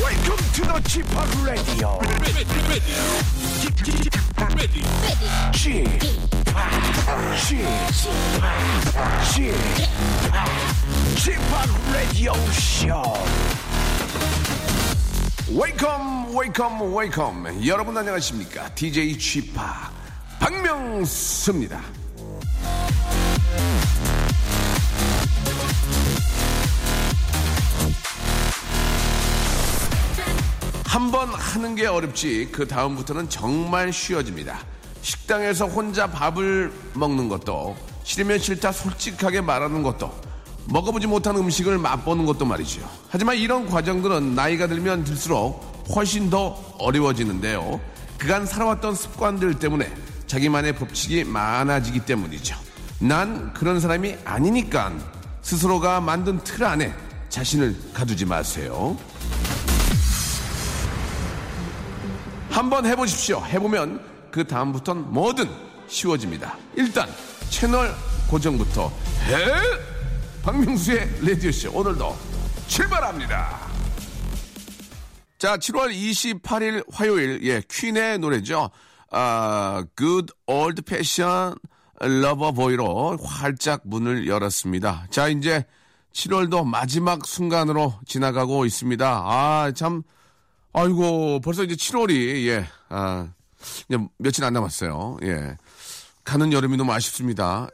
Welcome to the Chip Radio. Chip Chip Chip Radio Show. Welcome, welcome, welcome. 여러분 안녕하십니까? DJ Chip 박명수입니다. 한 번 하는 게 어렵지 그 다음부터는 정말 쉬워집니다. 식당에서 혼자 밥을 먹는 것도 싫으면 싫다 솔직하게 말하는 것도 먹어보지 못한 음식을 맛보는 것도 말이죠. 하지만 이런 과정들은 나이가 들면 들수록 훨씬 더 어려워지는데요. 그간 살아왔던 습관들 때문에 자기만의 법칙이 많아지기 때문이죠. 난 그런 사람이 아니니까 스스로가 만든 틀 안에 자신을 가두지 마세요. 한번 해보십시오. 해보면 그 다음부턴 뭐든 쉬워집니다. 일단 채널 고정부터 해. 박명수의 레디오쇼 오늘도 출발합니다. 자, 7월 28일 화요일 예 퀸의 노래죠. 아, Good Old Fashion Lover Boy로 활짝 문을 열었습니다. 자, 이제 7월도 마지막 순간으로 지나가고 있습니다. 아, 참. 아이고, 벌써 이제 7월이, 예, 아, 이제 며칠 안 남았어요. 예. 가는 여름이 너무 아쉽습니다.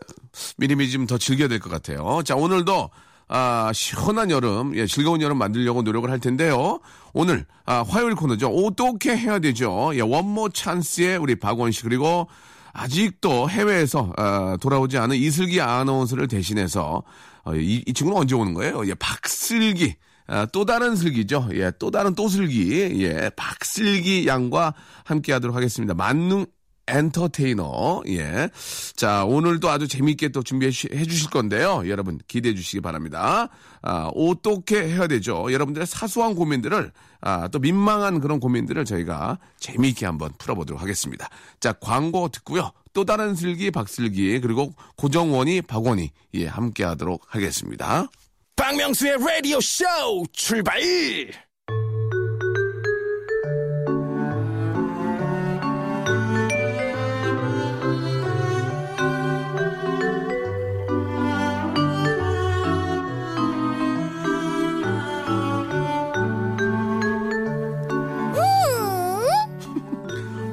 미리미리 좀 더 즐겨야 될 것 같아요. 자, 오늘도, 아, 시원한 여름, 예, 즐거운 여름 만들려고 노력을 할 텐데요. 오늘, 아, 화요일 코너죠. 어떻게 해야 되죠? 예, 원모 찬스의 우리 박원 씨, 그리고 아직도 해외에서, 아, 돌아오지 않은 이슬기 아나운서를 대신해서, 어, 이, 이 친구는 언제 오는 거예요? 예, 박슬기. 아, 또 다른 슬기죠. 예, 또 다른 또 슬기. 예, 박슬기 양과 함께 하도록 하겠습니다. 만능 엔터테이너. 예. 자, 오늘도 아주 재미있게 또 준비해 주- 해 주실 건데요. 여러분 기대해 주시기 바랍니다. 아, 어떻게 해야 되죠? 여러분들의 사소한 고민들을, 아, 또 민망한 그런 고민들을 저희가 재미있게 한번 풀어보도록 하겠습니다. 자, 광고 듣고요. 또 다른 슬기, 박슬기, 그리고 고정원이, 박원이, 예, 함께 하도록 하겠습니다. 박명수의 라디오 쇼 출발!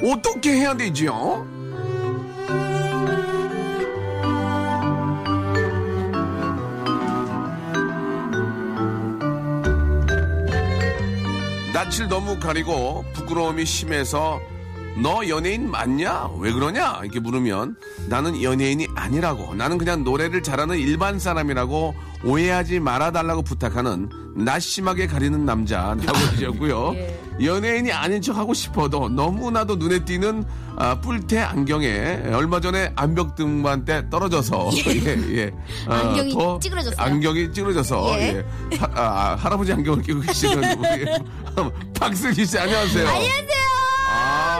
어떻게 해야 되지요? 낯을 너무 가리고 부끄러움이 심해서 너 연예인 맞냐? 왜 그러냐? 이렇게 물으면 나는 연예인이 아니라고 나는 그냥 노래를 잘하는 일반 사람이라고 오해하지 말아달라고 부탁하는 낯심하게 가리는 남자라고 하셨고요. 연예인이 아닌 척하고 싶어도 너무나도 눈에 띄는 아, 뿔테 안경에 얼마 전에 암벽 등반 때 떨어져서 예, 예. 어, 안경이 더 찌그러졌어요? 안경이 찌그러져서 예. 예. 하, 아, 아, 할아버지 안경을 끼고 계시는 우리 박슬기 씨 안녕하세요. 아, 안녕하세요.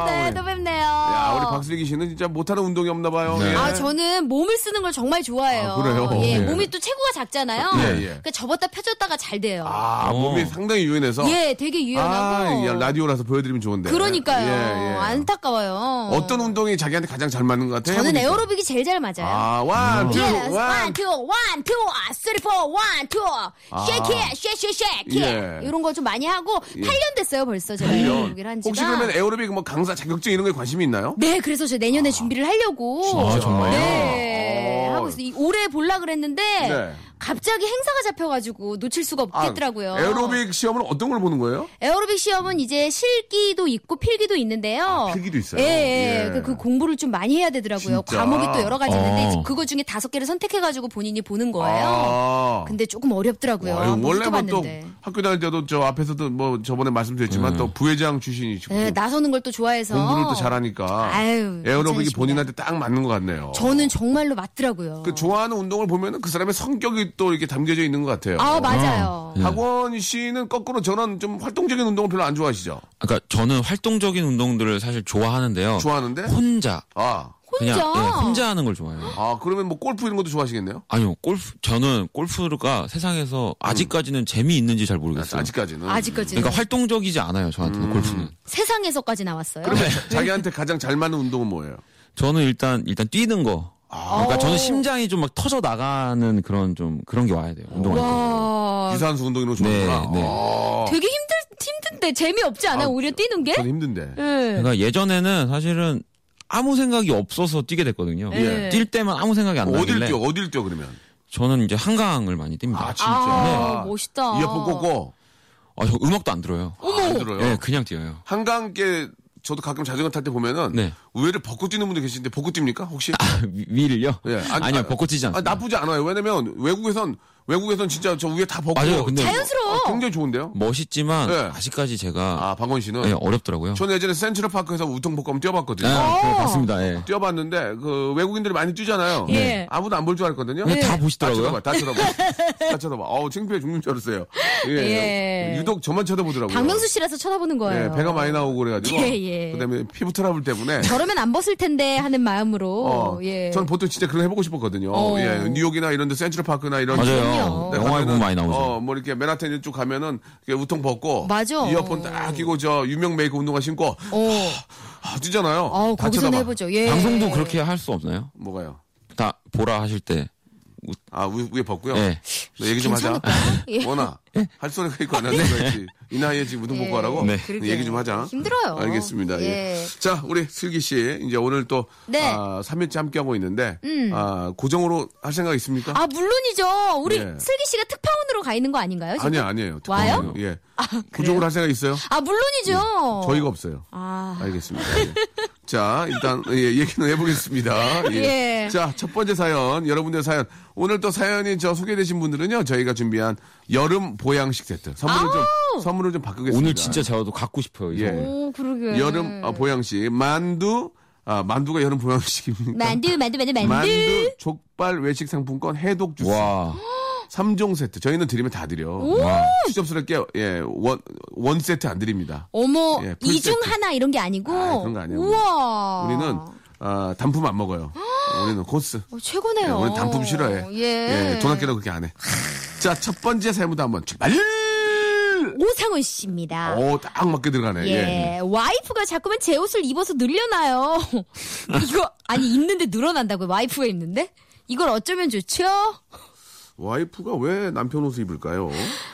네, 우리- 또 뵙네요. 야, 우리 박슬기 씨는 진짜 못하는 운동이 없나 봐요. 예. 아, 저는 몸을 쓰는 걸 정말 좋아해요. 아, 그래요? 예, 예. 몸이 또 체구가 작잖아요. 예, 예. 그러니까 접었다 펴졌다가 잘 돼요. 아, 몸이 상당히 유연해서. 어. 예, 되게 유연하고. 아, 야, 라디오라서 보여드리면 좋은데. 그러니까요. 예, 예. 안타까워요. 어떤 운동이 자기한테 가장 잘 맞는 것 같아요? 저는 해보니까. 에어로빅이 제일 잘 맞아요. 음. 아, 원, 투, Yes, 원. one, two, one, two, ah, three, four, one, two. Shake it, shake, shake, shake it. 아. 예. 이런 거 좀 많이 하고 8년 됐어요 벌써 제가 에어로빅을 한 지가. 혹시 그러면 에어로빅 뭐 강사 자격증 이런 거에 관심이 있나요? 네, 그래서 저 아. 내년에 준비를 하려고. 아, 정말요? 네. 어. 하고 있어요. 이- 올해 볼라 그랬는데 네. 갑자기 행사가 잡혀가지고 놓칠 수가 없겠더라고요. 아, 에어로빅 시험은 어떤 걸 보는 거예요? 에어로빅 시험은 이제 실기도 있고 필기도 있는데요. 아, 필기도 있어요? 예, 예. 예. 그, 그 공부를 좀 많이 해야 되더라고요. 진짜? 과목이 또 여러 가지 있는데 어. 그거 중에 다섯 개를 선택해가지고 본인이 보는 거예요. 아. 근데 조금 어렵더라고요. 아유, 한번 원래 뭐또 훑어봤는데. 학교 다닐 때도 저 앞에서도 뭐 저번에 말씀드렸지만 네. 또 부회장 출신이시고 예, 나서는 걸 또 좋아해서 뭐 공부를 또 잘하니까 아유, 에어로빅이 괜찮으십니다. 본인한테 딱 맞는 것 같네요. 저는 정말로 맞더라고요. 그 좋아하는 운동을 보면은 그 사람의 성격이 또 이렇게 담겨져 있는 것 같아요. 아 맞아요. 네. 박원 씨는 거꾸로 저는 좀 활동적인 운동을 별로 그러니까 안 좋아하시죠? 어. 아까 저는 활동적인 운동들을 사실 좋아하는데요. 좋아하는데 혼자 아 그냥 혼자? 예, 혼자 하는 걸 좋아해요. 아, 그러면 뭐 골프 이런 것도 좋아하시겠네요? 아니요, 골프, 저는 골프가 세상에서 아직까지는 재미있는지 잘 모르겠어요. 음. 아직까지는. 음. 아직까지는 그러니까 활동적이지 않아요, 저한테는 골프는. 세상에서까지 나왔어요. 그러면 자기한테 가장 잘 맞는 운동은 뭐예요? 저는 일단, 일단 뛰는 거. 아. 그러니까 저는 심장이 좀 막 터져 나가는 그런 좀, 그런 게 와야 돼요, 운동할 때. 와, 유산소 운동 이런 거 좋아하구나. 네, 네. 아, 되게 힘들 힘든데 재미 없지 않아요? 아, 오히려 뛰는 게? 저는 힘든데. 예. 그러니까 예전에는 사실은 아무 생각이 없어서 뛰게 됐거든요. 예. 뛸 때만 아무 생각이 안 어딜 나길래 뛰어? 어딜 뛰어 그러면? 저는 이제 한강을 많이 뛱니다. 아, 아, 멋있다. 네. 이어폰 꽂고 저 음악도 안 들어요. 안 예, 들어요. 그냥 뛰어요. 한강께 저도 가끔 자전거 탈 때 보면은 네. 아, 우회를 벗고 뛰는 분들 계시는데 벗고 뛵니까 혹시? 위- 위를요? 예, 아니, 요 벚꽃 지지 않습니다. 아, 나쁘지 않아요. 왜냐면 외국에선 외국에선 진짜 저 위에 다 벗고 맞아요, 근데- 자연스러워. 아, 굉장히 좋은데요. 멋있지만 예. 아직까지 제가 아 방원 씨는 예, 어렵더라고요. 저는 예전에 센트럴 파크에서 우통 벗고 한번 뛰어봤거든요. 예, 그래, 맞습니다. 예. 뛰어봤는데 그 외국인들이 많이 뛰잖아요. 예. 네. 아무도 안 볼 줄 알았거든요. 근데 네. 다 다 쳐다봐, 보시더라고요. 다 쳐다봐, 다 쳐다봐. 어우 창피해 죽는 줄 알았어요. 예. 예. 유독 저만 쳐다보더라고요. 박명수 씨라서 쳐다보는 거예요. 예, 배가 많이 나오고 그래가지고 예, 예. 그다음에 피부 트러블 때문에 저러면 안 벗을 텐데 하는 마음으로. 어, 예. 저는 보통 진짜 그런 거 해보고 싶었거든요. 어. 예, 뉴욕이나 이런 데 센트럴 파크나 이런 맞아요. 그럼요. 데 가면은, 영화에 보면 많이 나오죠. 어, 뭐 이렇게 맨하탄 이쪽 가면은 이렇게 우통 벗고 맞아. 이어폰 딱 끼고 저 유명 메이크 운동화 신고 어, 아, 뛰잖아요. 어 다 거기서 쳐다봐. 해보죠. 예. 방송도 그렇게 할 수 없나요? 뭐가요? 다 보라 하실 때. 아 위, 위에 벗고요. 예. 너 얘기 좀 하자. 괜찮을까? 예. 워낙 할 소리가 있고 안 할 소리가 있지. 이 나이에 지금 우동 벗고 하라고 네. 근데 얘기 좀 하자. 힘들어요. 알겠습니다. 예. 예. 자, 우리 슬기 씨 이제 오늘 또 네. 음. 아, 3일째 함께 하고 있는데 아, 고정으로 할 생각 있습니까? 아 물론이죠. 우리 예. 슬기 씨가 특파원으로 가 있는 거 아닌가요? 지금? 아니요, 아니에요. 와요? 특파원이요. 예. 그래요? 구조를 할 생각 있어요? 아 물론이죠. 예. 저희가 없어요. 아. 알겠습니다. 예. 자, 일단 예, 얘기는 해보겠습니다. 예. 자, 첫 번째 사연, 여러분들 의 사연. 오늘 또 사연이 저 소개되신 분들은요, 저희가 준비한 여름 보양식 세트 선물을 좀 아우! 선물을 좀 바꾸겠습니다. 오늘 진짜 저도 갖고 싶어요. 이 예. 선물. 오 그러게. 여름 음. 아, 보양식 만두, 아 만두가 여름 보양식입니까? 만두 만두 만두 만두. 만두, 족발 외식 상품권 해독 주스 와. 3종 세트 저희는 드리면 다 드려 와. 추접스럽게 예원원 세트 안 드립니다 어머 예, 풀 이중 세트. 하나 이런 게 아니고. 아, 그런 거 아니에요. 우와. 우리는 아, 단품 안 먹어요. 우리는 고스. 어, 예, 최고네요. 우리는 단품 싫어해. 예. 돈 아끼라고 그렇게 안 해. 자, 첫 번째 사연부터 한번 출발! 오상훈 씨입니다. 오, 딱 맞게 들어가네. 어, 예. 예. 와이프가 자꾸만 제 옷을 입어서 늘려놔요. 이거 아니 입는데 늘어난다고요? 와이프가 입는데? 이걸 어쩌면 좋죠? 와이프가 왜 남편 옷을 입을까요?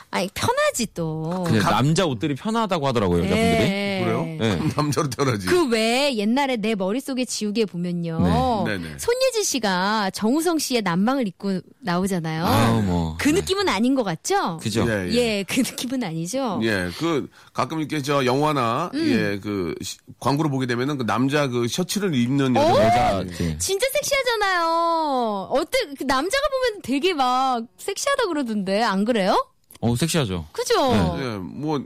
아니 편하지 또. 그냥 남자 옷들이 편하다고 하더라고요, 여자분들이. 예. 그래요? 예. 남자로 태어나지. 그 외에 옛날에 내 머릿속에 지우개 보면요. 네. 네네. 손예진 씨가 정우성 씨의 난방을 입고 나오잖아요. 아우, 뭐. 그 느낌은 아닌 것 같죠? 그죠? 네. 예, 예. 예. 그 느낌은 아니죠? 예, 그 가끔 이렇게 저 영화나 음. 예, 그 시- 광고를 보게 되면은 그 남자 그 셔츠를 입는 여자 여자, 예. 진짜 섹시하잖아요. 어때? 그 남자가 보면 되게 막 섹시하다 그러던데 안 그래요? 어, 섹시하죠. 그죠? 예, 뭐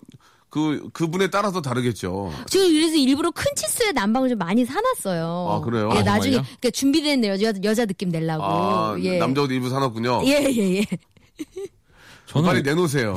그 그분에 따라서 다르겠죠. 제가 그래서 일부러 큰 치수의 난방을 좀 많이 사놨어요. 아, 그래요? 예, 아, 나중에 정말요? 그러니까 준비된 여자 여자 느낌 내려고. 아, 예. 남자 옷 입을 사놨군요. 예, 예, 예. 저는 빨리 내놓으세요.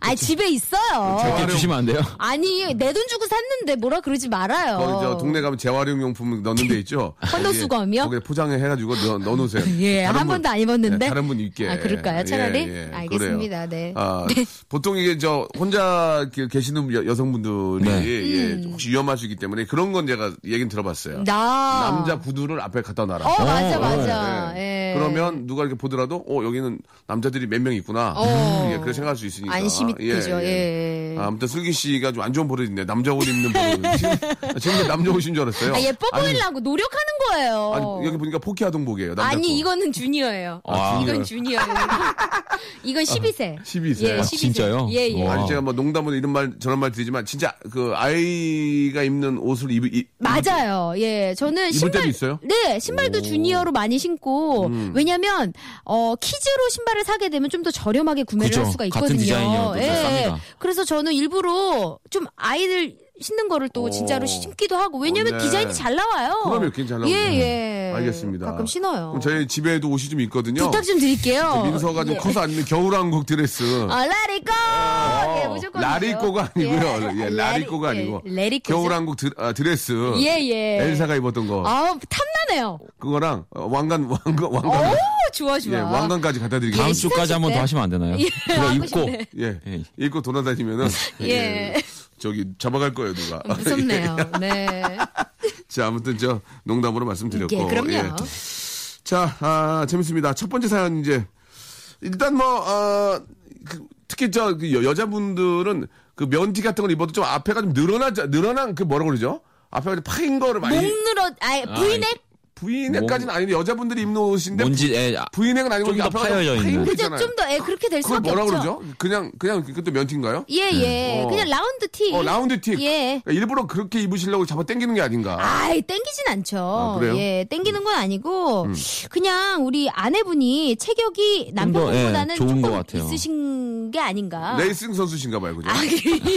아, 집에 있어요. 그렇죠. 이렇게 주시면 안 돼요? 아니, 내 돈 주고 샀는데 뭐라 그러지 말아요. 거기 저 동네 가면 재활용 용품 넣는 데 있죠. 헌터 거기에- 수거함이요? 거기에 포장해 가지고 넣어 넣어놓으세요. 예, 다른 한 분- 번도 안 입었는데. 네, 다른 분 입게. 예, 아, 그럴까요? 차라리? 그래요. 알겠습니다. 네. 아, 보통 이게 저 혼자 이렇게 계시는 여, 성분들이 예, 네. 음. 혹시 위험하시기 때문에 그런 건 제가 얘기는 들어봤어요. 나. 남자 구두를 앞에 갖다 놔라. 네. 아. 어, 맞아, 어, 맞아. 예. 그러면 누가 이렇게 보더라도 어 여기는 남자들이 몇 명 있구나. 어. 예, 그렇게 생각할 수 있으니까. 안심이 되죠. 예. 예, 아, 아무튼 슬기 씨가 좀 안 좋은 버릇인데 남자 옷 입는 버릇. 지금, 지금 남자 옷인 줄 알았어요. 아, 예뻐 아니, 보이려고 노력하는 거예요. 아니, 여기 보니까 포키 아동복이에요. 남자 거. 아니, 이거는 주니어예요. 아, 이건 주니어예요. 이건 12세. 아, 12세. 예, 아, 12세. 진짜요? 예, 예. 와. 아니 제가 뭐 농담으로 이런 말 저런 말 드리지만 진짜 그 아이가 입는 옷을 입, 입 맞아요. 예. 저는 입을 신발 때도 있어요? 음. 네, 신발도 주니어로 많이 신고 왜냐면 어 키즈로 신발을 사게 되면 좀 더 저렴하게 구매를 그죠. 할 수가 같은 있거든요. 디자인이어도 예. 좀 쌉니다. 그래서 저는 일부러 좀 아이들 신는 거를 또 진짜로 신기도 하고 왜냐면 어, 네. 디자인이 잘 나와요. 그럼요, 굉장히 잘 나오죠. 네. 예, 예. 알겠습니다. 가끔 신어요. 그럼 저희 집에도 옷이 좀 있거든요. 부탁 좀 드릴게요. 민서가 좀 예. 커서 안 입는 겨울왕국 드레스. 아, 라리꼬! 예, 무조건. 어, 라리꼬가 그래요. 아니고요. 예, 라리- 라리꼬가 예, 아니고 레리꼬죠. 겨울왕국 드, 아, 드레스. 예, 예. 엘사가 입었던 거. 아, 탐나는 시원해요. 그거랑 어, 왕관 왕관 오 왕관 좋아 어? 좋아. 예 왕관까지 갖다 다음 드리겠습니다. 주까지 한 번 더 하시면 안 되나요? 예, 그거 하고 입고 싶네. 예 예. 입고 돌아다니면은 예. 음. 저기 잡아갈 거예요 누가. 어, 무섭네요. 예. 네. 자 아무튼 저 농담으로 말씀드렸고. 예, 그럼요. 예. 자, 아, 재밌습니다. 첫 번째 사연 이제 일단 뭐 어, 그, 특히 저그 여, 자분들은그 면티 같은 걸 입어도 좀 앞에가 좀 늘어나 늘어난 그 뭐라 그러죠? 앞에가 좀 파인 거를 많이 목 늘어, 아니, 부인의 부인넥까지는 아닌데 여자분들이 입는 옷인데 뭔지 예, 아, 부인넥은 아니고 좀더 앞에가 좀 파여져 파인 있는. 거 그죠? 있잖아요. 좀 더, 예, 그렇게 될 그걸 수밖에 뭐라 없죠. 그러죠? 그냥 그냥 그것도 면티인가요? 예, 예. 어. 그냥 라운드 티. 어 라운드 티. 예. 그러니까 일부러 그렇게 입으시려고 잡아 당기는 게 아닌가? 아이, 땡기진 않죠. 그래요? 음. 예, 땡기는 건 아니고, 그냥 우리 아내분이 체격이 남편분보다는 예, 좋은 조금 것 같아요. 있으신 게 아닌가. 레이싱 선수신가 봐요, 그죠? 아,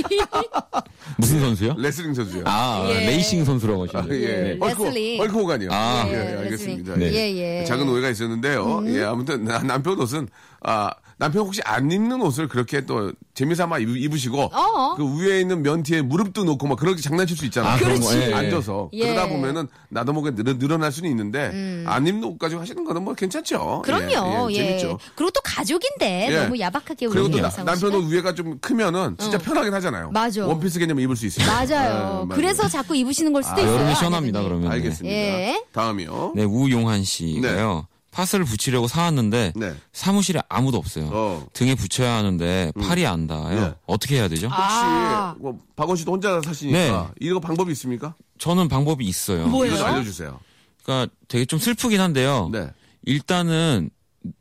그- 무슨 선수요? 레슬링 선수요. 아 예. 레이싱 선수라고 하시네요. 예, 예. 예, 얼코, 레슬링. 얼코호간이요. 아. 예, 예, 예, 알겠습니다. 레슬링. 예. 예, 음. 예. 작은 오해가 있었는데요. 예, 아무튼 나- 남편 옷은, 아, 남편 혹시 안 입는 옷을 그렇게 또 재미삼아 입- 입으시고, 어어. 그 위에 있는 면티에 무릎도 놓고 막 그렇게 장난칠 수 있잖아요. 아, 그런 거, 그렇지. 예, 예. 앉아서. 예. 음. 그러다 보면은 나도 모르게 늘, 늘어날 수는 있는데, 안 입는 옷까지 하시는 거는 뭐 괜찮죠. 그럼요. 예, 재밌죠. 그리고 또 가족인데 예. 너무 야박하게 그리고 또 우리 나- 상호 남편 씨는. 옷 위에가 좀 크면은 진짜 편하긴 하잖아요. 맞아. 원피스 개념 입을 수 있어요. 맞아요. 예, 맞아요. 그래서 자꾸 입으시는 걸 수도 있어요. 아, 여름에 시원합니다 아내분이. 그러면. 알겠습니다. 예. 다음이요. 네 우용한 씨가요. 팥을 붙이려고 사왔는데 네. 사무실에 아무도 없어요. 어. 음. 등에 붙여야 하는데 팔이 안 닿아요. 네. 어떻게 해야 되죠? 혹시 아. 네. 뭐 박원 씨도 혼자 사시니까 이거 방법이 있습니까? 저는 방법이 있어요. 이거 좀 알려주세요. 그러니까 되게 좀 슬프긴 어. 한데요. 네. 일단은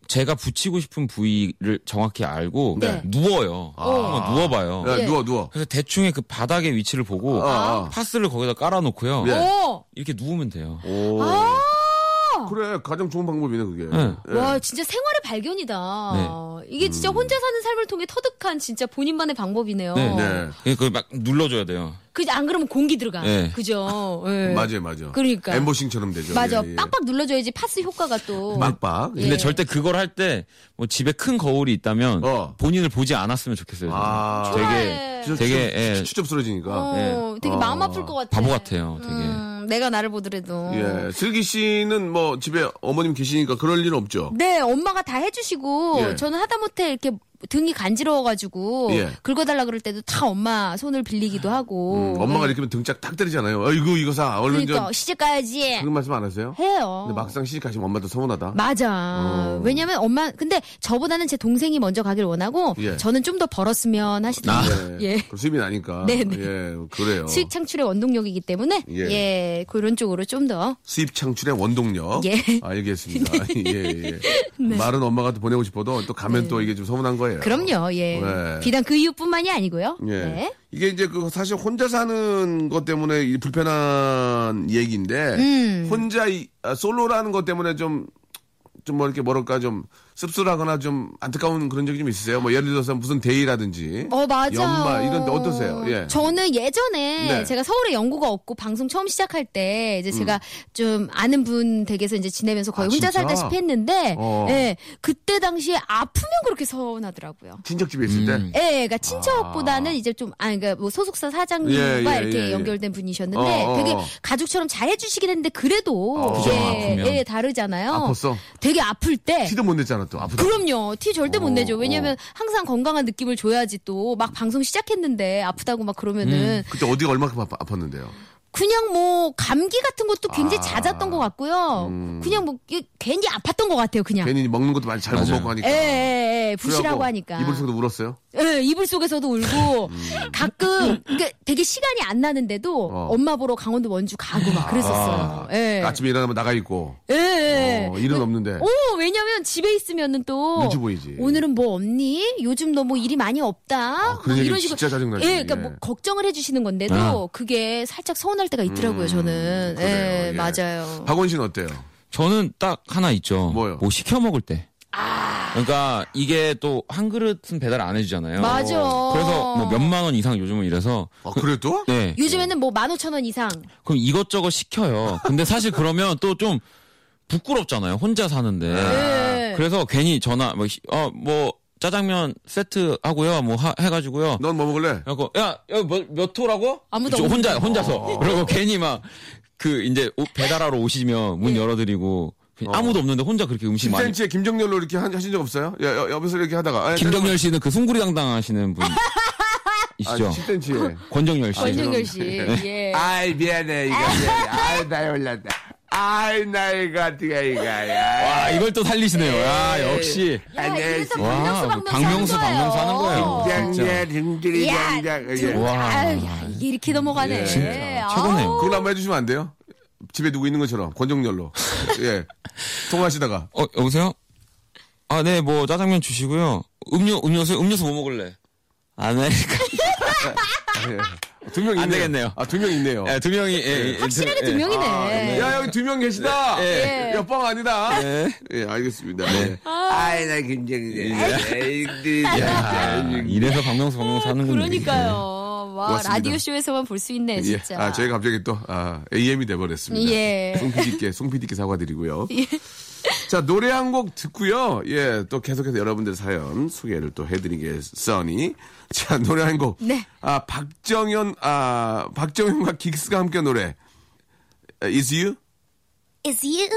제가 붙이고 싶은 부위를 정확히 알고 네. 누워요. 아. 한번 누워봐요. 야, 예. 누워 누워. 그래서 대충의 그 바닥의 위치를 보고 네. 아, 아. 파스를 거기다 깔아놓고요. 예. 오! 이렇게 누우면 돼요. 오. 아! 그래 가장 좋은 방법이네 그게. 네. 예. 와 진짜 생활의 발견이다. 이게 진짜 혼자 사는 삶을 통해 터득한 진짜 본인만의 방법이네요. 네. 네. 그막 눌러줘야 돼요. 그안 그러면 공기 들어가. 네. 그죠. 예. 맞아요 맞아요. 그러니까. 엠보싱처럼 되죠. 맞아. 예, 예. 빡빡 눌러줘야지 파스 효과가 또. 빡빡. 근데 예. 절대 그걸 할 때 뭐 집에 큰 거울이 있다면 어. 본인을 보지 않았으면 좋겠어요. 저는. 아. 좋아해. 되게 되게 예, 추접 쓰러지니까. 어, 예. 되게 마음 아플 것 같아. 바보 같아요. 되게 음, 내가 나를 보더라도. 예. 슬기 씨는 뭐 집에 어머님 계시니까 그럴 일은 없죠. 네, 엄마가 다 해주시고 예. 저는 하다못해 이렇게 등이 간지러워가지고 예. 긁어달라 그럴 때도 다 엄마 손을 빌리기도 하고. 음, 엄마가 이렇게 하면 등짝 탁 때리잖아요. 아이고 이거 사 얼른 그러니까 어. 전 시집 가야지. 그런 말씀 안 하세요? 해요. 근데 막상 어. 시집 가시면 엄마도 서운하다. 맞아. 왜냐면 엄마 근데 저보다는 제 동생이 먼저 가길 원하고 예. 저는 좀 더 벌었으면 하시더라고요. 예. 예. 그럼 수입이 나니까. 네, 네. 예. 그래요. 수익 창출의 원동력이기 때문에 예. 예, 그런 쪽으로 좀 더. 수입 창출의 원동력. 예. 네. 알겠습니다. 예, 예. 말은 엄마가 또 보내고 싶어도 또 가면 또 이게 좀 서운한 거예요. 그럼요. 예. 네. 비단 그 이유뿐만이 아니고요. 예. 네. 이게 이제 그 사실 혼자 사는 것 때문에 이 불편한 얘기인데 음. 혼자 이, 아, 솔로라는 것 때문에 좀 좀뭐 이렇게 뭐랄까 좀 씁쓸하거나 좀 안타까운 그런 적이 좀 있으세요? 뭐 예를 들어서 무슨 데이라든지 어 맞아. 연말 이런 데 어떠세요? 예. 저는 예전에 네. 음. 제가 서울에 연고가 없고 방송 처음 시작할 때 이제 제가 좀 아는 분 댁에서 이제 지내면서 거의 아, 혼자 진짜? 살다시피 했는데 어. 예. 그때 당시에 아프면 그렇게 서운하더라고요. 친척집에 있을 때 예, 그러니까 친척보다는 이제 좀, 아, 그러니까 뭐 소속사 사장님과 예, 예, 이렇게 예, 예. 연결된 분이셨는데 어, 어, 되게 어. 가족처럼 잘 해주시긴 했는데 그래도 어. 그죠, 예, 아프면. 예, 다르잖아요. 아팠어? 되게 아플 때. 티도 못 냈잖아 또 아프다. 네. 그럼요. 티 절대 어, 못 내죠. 어. 왜냐면 항상 건강한 느낌을 줘야지 또 막 방송 시작했는데 아프다고 막 그러면은 그때 어디가 얼마큼 아파- 아팠는데요? 그냥 뭐 감기 같은 것도 굉장히 아. 잦았던 것 같고요. 음. 그냥 뭐 이게 괜히 아팠던 것 같아요. 그냥. 괜히 먹는 것도 많이 잘 못 맞아요. 먹고 하니까. 예, 예, 예. 그래갖고 부시라고 하니까. 이불 속도 울었어요? 예, 이불 속에서도 울고 가끔 그러니까 되게 시간이 안 나는데도 음. 어. 아. 엄마 보러 강원도 원주 가고 막 그랬었어요. 예. 아침에 일어나면 나가 있고. 예, 예. 어, 일은 없는데. 오, 왜냐면 집에 있으면은 또 눈치 보이지. 오늘은 뭐 없니? 요즘 너 뭐 일이 많이 없다. 아, 그런 막 얘기 이런 식으로 진짜 짜증나지. 예, 그러니까 예. 뭐 걱정을 해 주시는 건데도 아. 그게 살짝 서운할 때가 있더라고요, 음, 저는. 그래요. 예, 예. 맞아요. 박원 씨는 어때요? 저는 딱 하나 있죠. 뭐요? 뭐 시켜 먹을 때. 아. 그러니까 이게 또 한 그릇은 배달 안 해주잖아요. 맞아. 그래서 뭐 몇만 원 이상 요즘은 이래서 아, 그래도? 네. 요즘에는 뭐 15,000원 이상. 그럼 이것저것 시켜요. 근데 사실 그러면 또 좀 부끄럽잖아요. 혼자 사는데. 예. 그래서 괜히 전화 뭐, 어, 뭐 짜장면 세트 하고요. 뭐 하- 해가지고요. 넌 뭐 먹을래? 그래갖고 야, 야, 몇, 몇 호라고? 아무도 저 혼자 없는데. 혼자서. 그리고 괜히 막 그 이제 옷 배달하러 오시면 예. 문 열어드리고 그냥 아무도 없는데 혼자 그렇게 음식 많이. 10cm에 김정렬로 이렇게 한- 하신 적 없어요? 여, 여, 옆에서 이렇게 하다가. 아, 김정열 씨는 그 숭구리 당당하시는 분 아, 이시죠? 10cm에. 권정열 씨. 권정열 씨. 예. 아이, 미안해, 이거. 아이, 나이 올랐다. 아이, 나이가, 어디가, 이거야. 와 이걸 또 살리시네요. 야 예. 역시. 야, 그래서 네, 와, 아, 박명수 박명수, 박명수 하는 거예요. 진짜. 등들이 야, 와. 아유, 야, 이게 이렇게 넘어가네. 진짜 최고네요. 예, 아우, 그걸 한번 해주시면 안 돼요? 집에 누구 있는 것처럼, 권정열로. 예. 통화하시다가. 어 여보세요? 아 네 뭐 짜장면 주시고요. 음료 음료수 음료수 뭐 먹을래? 안 해. 예. 두명 있네요. 안 되겠네요. 아, 두 명 있네요. 예, 두 명이 예, 예, 확실하게 예. 두 명이네. 아, 야, 여기 두 명 계시다. 예. 야, 뻥 아니다. 예. 네. 예, 알겠습니다. 예. 아이, 나 김정일. 아이들이. 아, 이래서 박명수 박명수 하는군요. 그러니까. 네. 그러니까요. 와 고맙습니다. 라디오 쇼에서만 볼 수 있네 예. 진짜. 아, 저희가 갑자기 또, 아, AM이 돼버렸습니다. 예. 송 PD께, 송 PD께 사과드리고요. 자, 노래 한 곡 듣고요. 예, 또 계속해서 여러분들 사연 소개를 또 해드리겠으니. 자, 노래 한 곡. 네. 아, 박정현, 아, 박정현과 긱스가 함께 노래. 아, Is You? It's you.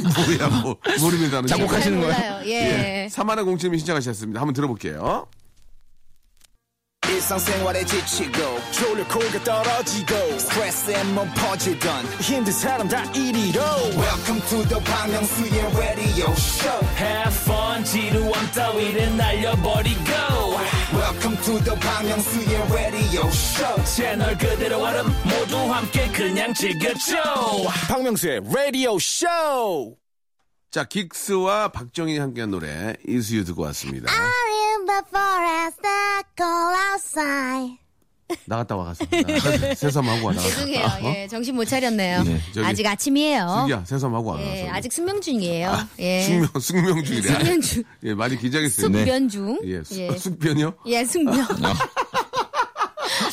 뭐야, 뭐. 모릅니다. 하는 작곡하신 거. 하시는 거예요? 예, 거예요. 예. 3만원 공채님이 신청하셨습니다. 한번 들어볼게요. 일상생활에 지치고, 졸려 코가 떨어지고, 스트레스에 몸 퍼지던, 힘든 사람 다 이리로. welcome to the Bang Myung-soo's radio show Have fun 지루함 따위를 날려버리고 welcome to the Bang Myung-soo's radio show 채널 그대로 와름 모두 함께 그냥 즐겨줘 박명수의 radio show 자, 긱스와 박정현이 함께한 노래, Is You 듣고 왔습니다. 아! in the forest that go outside. 나갔다 와, 가서. 나- 세삼하고 와, 나갔다. 죄송해요. 예, 정신 못 차렸네요. 예, 저기- 아직 아침이에요. 승기야, 세삼하고 와. 어? 예, 가서. 아직 숙명 중이에요. 예. 숙명, 숙명주의래. 숙명 중. 예, 많이 기자겠어요. 숙변 중. 예, 숙, 예. 숙변이요? 예, 숙명.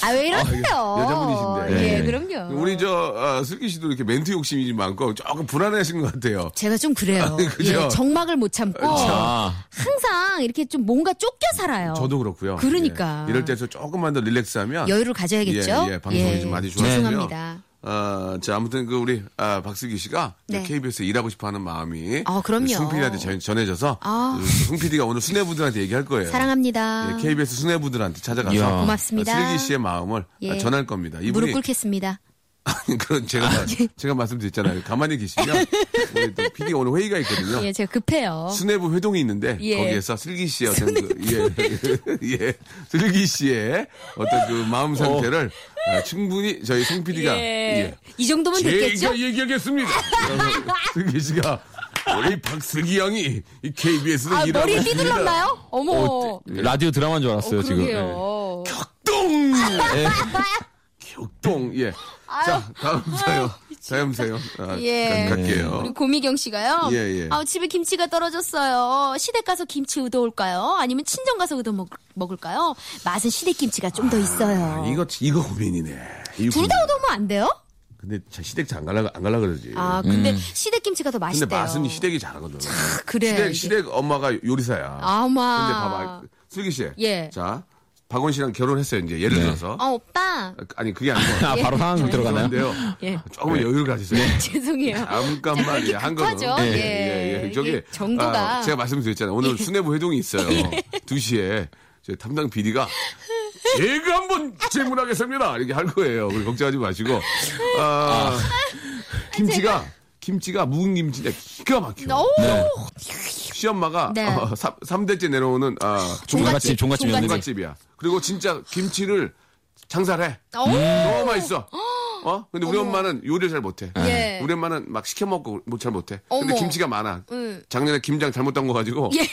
아, 왜 이러세요? 여자분이신데. 예. 예, 그럼요. 우리 저, 어, 슬기 씨도 이렇게 멘트 욕심이 좀 많고 조금 불안해하신 것 같아요. 네, 제가 좀 그래요. 그죠? 예, 정막을 못 참고 아, 항상 이렇게 좀 뭔가 쫓겨 살아요. 저도 그렇고요. 어. 그러니까. 예, 이럴 때서 조금만 더 릴렉스하면 여유를 가져야겠죠? 예, 예, 방송이 예. 좀 많이 좋아지고요. 죄송합니다. 아, 자, 아무튼 그 우리 아, 박슬기 씨가 네. KBS에 일하고 싶어 하는 마음이 아, 그럼요. 송피디한테 전해져서 아. 송피디가 오늘 수뇌부들한테 얘기할 거예요. 사랑합니다. 예, KBS 수뇌부들한테 찾아가서 이야. 고맙습니다. 슬기 씨의 마음을 예. 아, 전할 겁니다. 무릎 이분이 꿇겠습니다. 그런 제가 아, 말- 예. 제가 말씀드렸잖아요. 가만히 계시면 우리 또 PD 가 오늘 회의가 있거든요. 예, 제가 급해요. 수뇌부 회동이 있는데 예. 거기에서 슬기 씨의 어떤 그, 예, 예, 슬기 씨의 어떤 그 마음 상태를 아, 충분히 저희 송 PD가 어. 예. 이 정도면 됐겠죠? 제가 얘기하겠습니다. 그래서 슬기 씨가 우리 박슬기 양이 이 KBS를 아, 일하고 머리 있습니다. 네. 삐둘렀나요? 어머. 어, 라디오 드라마인 줄 알았어요 지금. 예. 그러게요. 똥! 예. 격동 예. 자 다음 사요. 다음 사요. 아, 예. 가- 갈게요. 우리 고미경 씨가요. 어. 예, 예. 아, 집에 김치가 떨어졌어요. 시댁 가서 김치 우도 올까요? 아니면 친정 가서 우도 먹, 먹을까요? 맛은 시댁 김치가 좀 더 있어요. 아, 이거 음. 이거 고민이네. 이거 아, 둘 다 고민. 우도 오면 안 돼요? 근데 자, 시댁 잘 안 갈라 안 갈라 그러지. 아, 근데 시댁 김치가 더 음. 근데 맛있대요. 맛은 시댁이 잘하거든. 그래. 시댁 시댁 엄마가 요리사야. 아마. 근데 봐봐 슬기 씨. 예. 자 박원 씨랑 결혼했어요 이제 예를 들어서. 어, 오빠. 아니 그게 아니고. 아 바로 상황 네. 들어가나요? 네. 그런데요. 예. 조금 여유를 가지세요. 죄송해요. 잠깐만 예, 한 거는 급하죠? 예. 이게 저기 정도가. 예. 아, 제가 말씀드렸잖아요. 오늘 수뇌부 회동이 있어요. 2시에 저 담당 비디가 제가 한번 질문하겠습니다. 이렇게 할 거예요. 우리 걱정하지 마시고. 아, 김치가 김치가 묵은 김치인데 기가 막혀. 오! 시엄마가 네. 어, 3, 대째 내려오는 아, 종갓집 종갓집 종갓집. 며느리. 종갓집이야. 그리고 진짜 김치를 장사를 해. 오! 너무 맛있어. 어? 근데 우리 엄마는 요리를 잘 못해. 예. 우리 엄마는 막 시켜 먹고 뭐 잘 못해. 근데 어머. 김치가 많아. 응. 작년에 김장 잘못 담궈 가지고 예.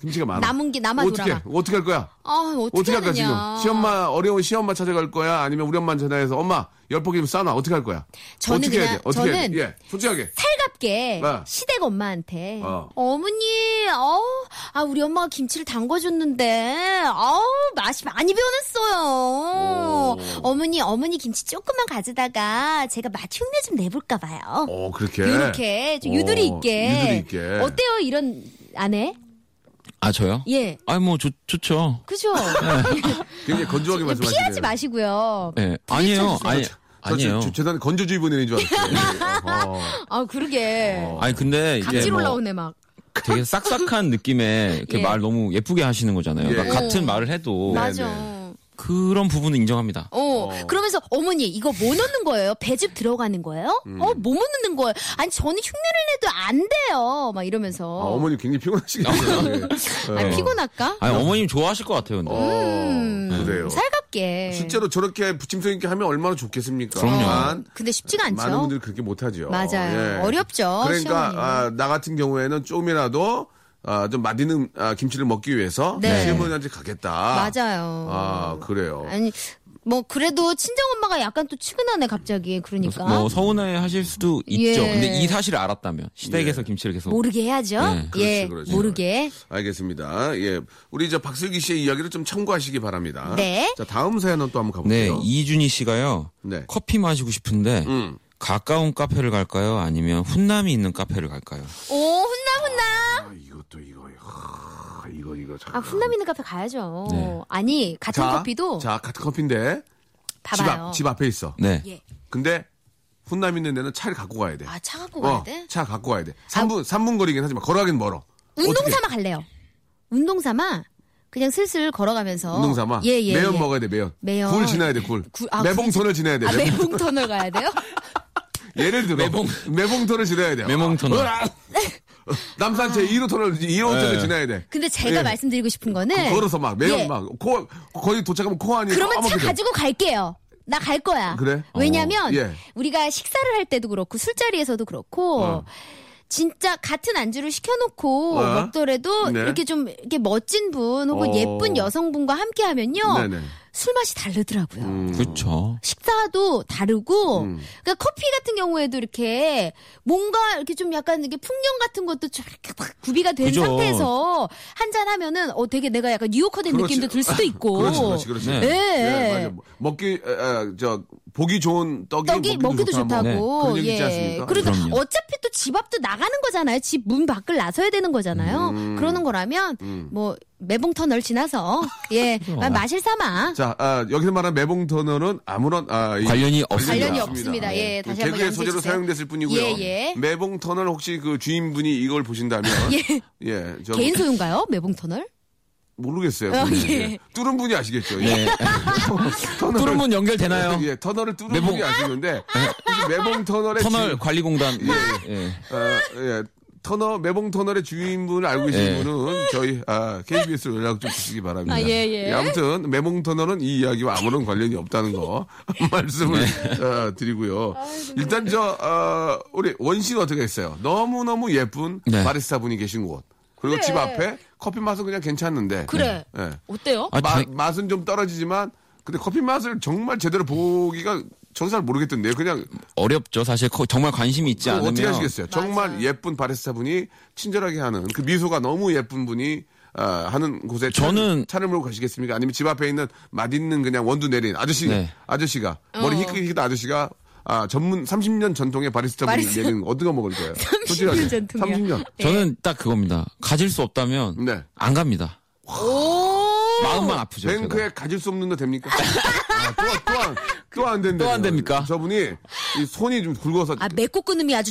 김치가 많아. 남은 게 남아 어떻게 돌아가. 어떻게 할 거야? 아, 어떻게, 어떻게 할까 지금? 하느냐. 시엄마 어려운 시엄마 찾아갈 거야? 아니면 우리 엄마 전화해서 엄마 열포기 좀 싸놔. 어떻게 할 거야? 저는 어떻게 해야 그냥- 돼? 어떻게 해야 돼? 저는- 예. 솔직하게. 살갑게 네. 시댁 엄마한테 어. 어. 머니 어, 아 우리 엄마가 김치를 담궈줬는데 어 맛이 많이 변했어요. 어머니 어머니 김치 조금만 가져다가 제가 맛 흉내 좀 내볼까 봐요. 어 그렇게. 요렇게 좀 유두리 어, 있게. 유두리 있게. 어때요 이런 아내? 아 저요? 예. 아니 뭐 좋, 좋죠. 그죠? 굉장히 건조하게 아, 좀 말씀하시네요. 피하지 마시고요. 예. 아니에요. 아니 저 지- 아니에요. 저 재단 건조주의 보내는 줄 알았어요. 어. 아 그러게. 아니 근데 이게 감질 뭐 올라오네 막. 되게 싹싹한 느낌의 이렇게 예. 네, 말 너무 예쁘게 하시는 거잖아요. 예. 그러니까 오. 같은 말을 네, 해도 맞아. 그런 부분은 인정합니다. 어, 그러면서 어머니 이거 뭐 넣는 거예요? 배즙 들어가는 거예요? 음. 어, 뭐 넣는 거예요? 아니 저는 흉내를 내도 안 돼요. 막 이러면서. 아, 어머니 굉장히 피곤하시겠어요. 네. 음. 아니, 피곤할까? 아니 어머님 좋아하실 것 같아요. 근데. 음. 어, 그래요. 살갑게. 실제로 저렇게 부침성 있게 하면 얼마나 좋겠습니까? 그럼요. 다만 근데 쉽지가 않죠. 많은 분들이 그렇게 못하죠. 맞아요. 예. 어렵죠, 그러니까 시어머니는. 아, 나 같은 경우에는 조금이라도 아, 좀 맛있는 아, 김치를 먹기 위해서 네. 시어머니한테 가겠다. 맞아요. 아 그래요. 아니 뭐 그래도 친정 엄마가 약간 또 측은하네 갑자기 그러니까 뭐 서운해 하실 수도 있죠. 예. 뭐 근데 이 사실을 알았다면 시댁에서 김치를 계속 모르게 해야죠. 네, 그렇지, 예, 그렇지. 모르게. 알겠습니다. 예, 우리 저 박슬기 씨의 이야기를 좀 참고하시기 바랍니다. 네. 자 다음 사연은 또 한번 네, 가볼게요. 이준희 씨가요. 네. 커피 마시고 싶은데 음. 가까운 카페를 갈까요? 아니면 훈남이 있는 카페를 갈까요? 오 훈남 훈남. 아, 이것도 이거 하, 이거 이거 참. 아 훈남 있는 카페 가야죠. 네. 아니 같은 커피도 아, 자 같은 커피인데 집 봐봐요. 앞 집 앞에 있어. 네. 예. 근데 훈남 있는 데는 차를 갖고 가야 돼. 아 차 갖고 가야 돼? 아. 어, 차 갖고 가야 돼. 3분, 삼 3분 거리긴 하지만 걸어가긴 멀어. 운동 어떻게? 삼아 갈래요. 운동 삼아 그냥 슬슬 걸어가면서 운동 삼아. 예, 예, 매연 예. 먹어야 돼, 매연. 매연. 굴 지나야 돼, 굴. 굴, 아, 매봉턴을 지나야 돼. 아, 매봉- 매봉 터널 가야 돼요? 예를 들어. 매봉. 매봉턴을 지나야 아. 돼. 매봉터널. 남산 아. 제 1호 터널, 2호 터널 지나야 돼. 근데 제가 예. 그 말씀드리고 싶은 거는 걸어서 막, 매연 예. 막, 코, 거의 도착하면 코 안이. 그러면 차 까맣게 돼. 가지고 갈게요. 나 갈 거야. 그래? 왜냐면 어, 예. 우리가 식사를 할 때도 그렇고 술자리에서도 그렇고 어. 진짜 같은 안주를 시켜놓고 어? 먹더라도 네. 이렇게 좀 이렇게 멋진 분 혹은 어. 예쁜 여성분과 함께하면요 네네. 음, 술 맛이 다르더라고요. 그렇죠. 식사도 다르고 그러니까 커피 같은 경우에도 이렇게 뭔가 이렇게 좀 약간 이게 풍경 같은 것도 좀 이렇게 막 구비가 된 그죠. 상태에서 한잔 하면은 어 되게 내가 약간 뉴욕화된 그렇지. 느낌도 들 수도 있고 그렇지, 그렇지, 그렇지. 네. 예. 예, 맞아. 먹기, 에, 에, 저, 보기 좋은 떡이 떡이 먹기도 좋다고. 뭐 그런 얘기 있지 예. 않습니까? 그러니까 그럼요. 어차피 또 집 앞도 나가는 거잖아요. 집 문 밖을 나서야 되는 거잖아요. 음. 그러는 거라면 뭐 매봉 터널 지나서 예 마실 삼아 자, 아, 여기서 말한 매봉터널은 아무런 아, 이- 관련이 없습니다. 관련이 없습니다. 예, 다시 한번 개그의 양해해 소재로 주세요. 사용됐을 뿐이고요. 예, 예. 매봉터널 혹시 그 주인분이 이걸 보신다면 예. 예, 저 개인 소유인가요? 매봉 터널? 모르겠어요. 어, 근데. 예. 예. 뚫은 분이 아시겠죠. 예. 네. 터널을- 뚫으면 연결되나요? 예, 터널을 뚫은 매봉- 분이 아시는데 혹시 매봉터널의 터널 주인, 관리공단. 네. 예. 예. 아, 예. 터널 매봉 터널의 주인분을 알고 계신 예. 분은 저희 아, KBS로 연락 좀 주시기 바랍니다. 아, 예, 예. 아무튼 매봉 터널은 이 이야기와 아무런 관련이 없다는 거 말씀을 네. 어, 드리고요. 일단 저 어, 우리 원 씨는 어떻게 했어요? 너무 너무 예쁜 네. 바리스타 분이 계신 곳 그리고 집 앞에 커피 맛은 그냥 괜찮은데 그래. 예. 어때요? 아, 마- 자- 맛은 좀 떨어지지만 근데 커피 맛을 정말 제대로 보기가 저는 잘 모르겠던데요. 그냥 어렵죠. 사실 거- 정말 관심이 있지 그럼 않으면 어떻게 하시겠어요? 정말 예쁜 바리스타 분이 친절하게 하는 그 미소가 너무 예쁜 분이 아, 하는 곳에 차를- 저는- 차를 몰고 가시겠습니까? 아니면 집 앞에 있는 맛있는 그냥 원두 내린 아저씨 네. 아저씨가 머리 어. 희끗희끗 아저씨가 아 전문 30년 전통의 바리스타 분이 바리스타- 내리는 거 어떤 거 먹을 거예요? 30년 솔직하게. 전통이야. 30년. 저는 딱 그겁니다. 가질 수 없다면 네. 안 갑니다. 오. 마음만 아프죠. 제가. 뱅크에 가질 수 없는 데 됩니까? 아, 또또안또안 된다. 또안 됩니까? 저분이 이 손이 좀 굵어서 아 맺고 끊음이 아주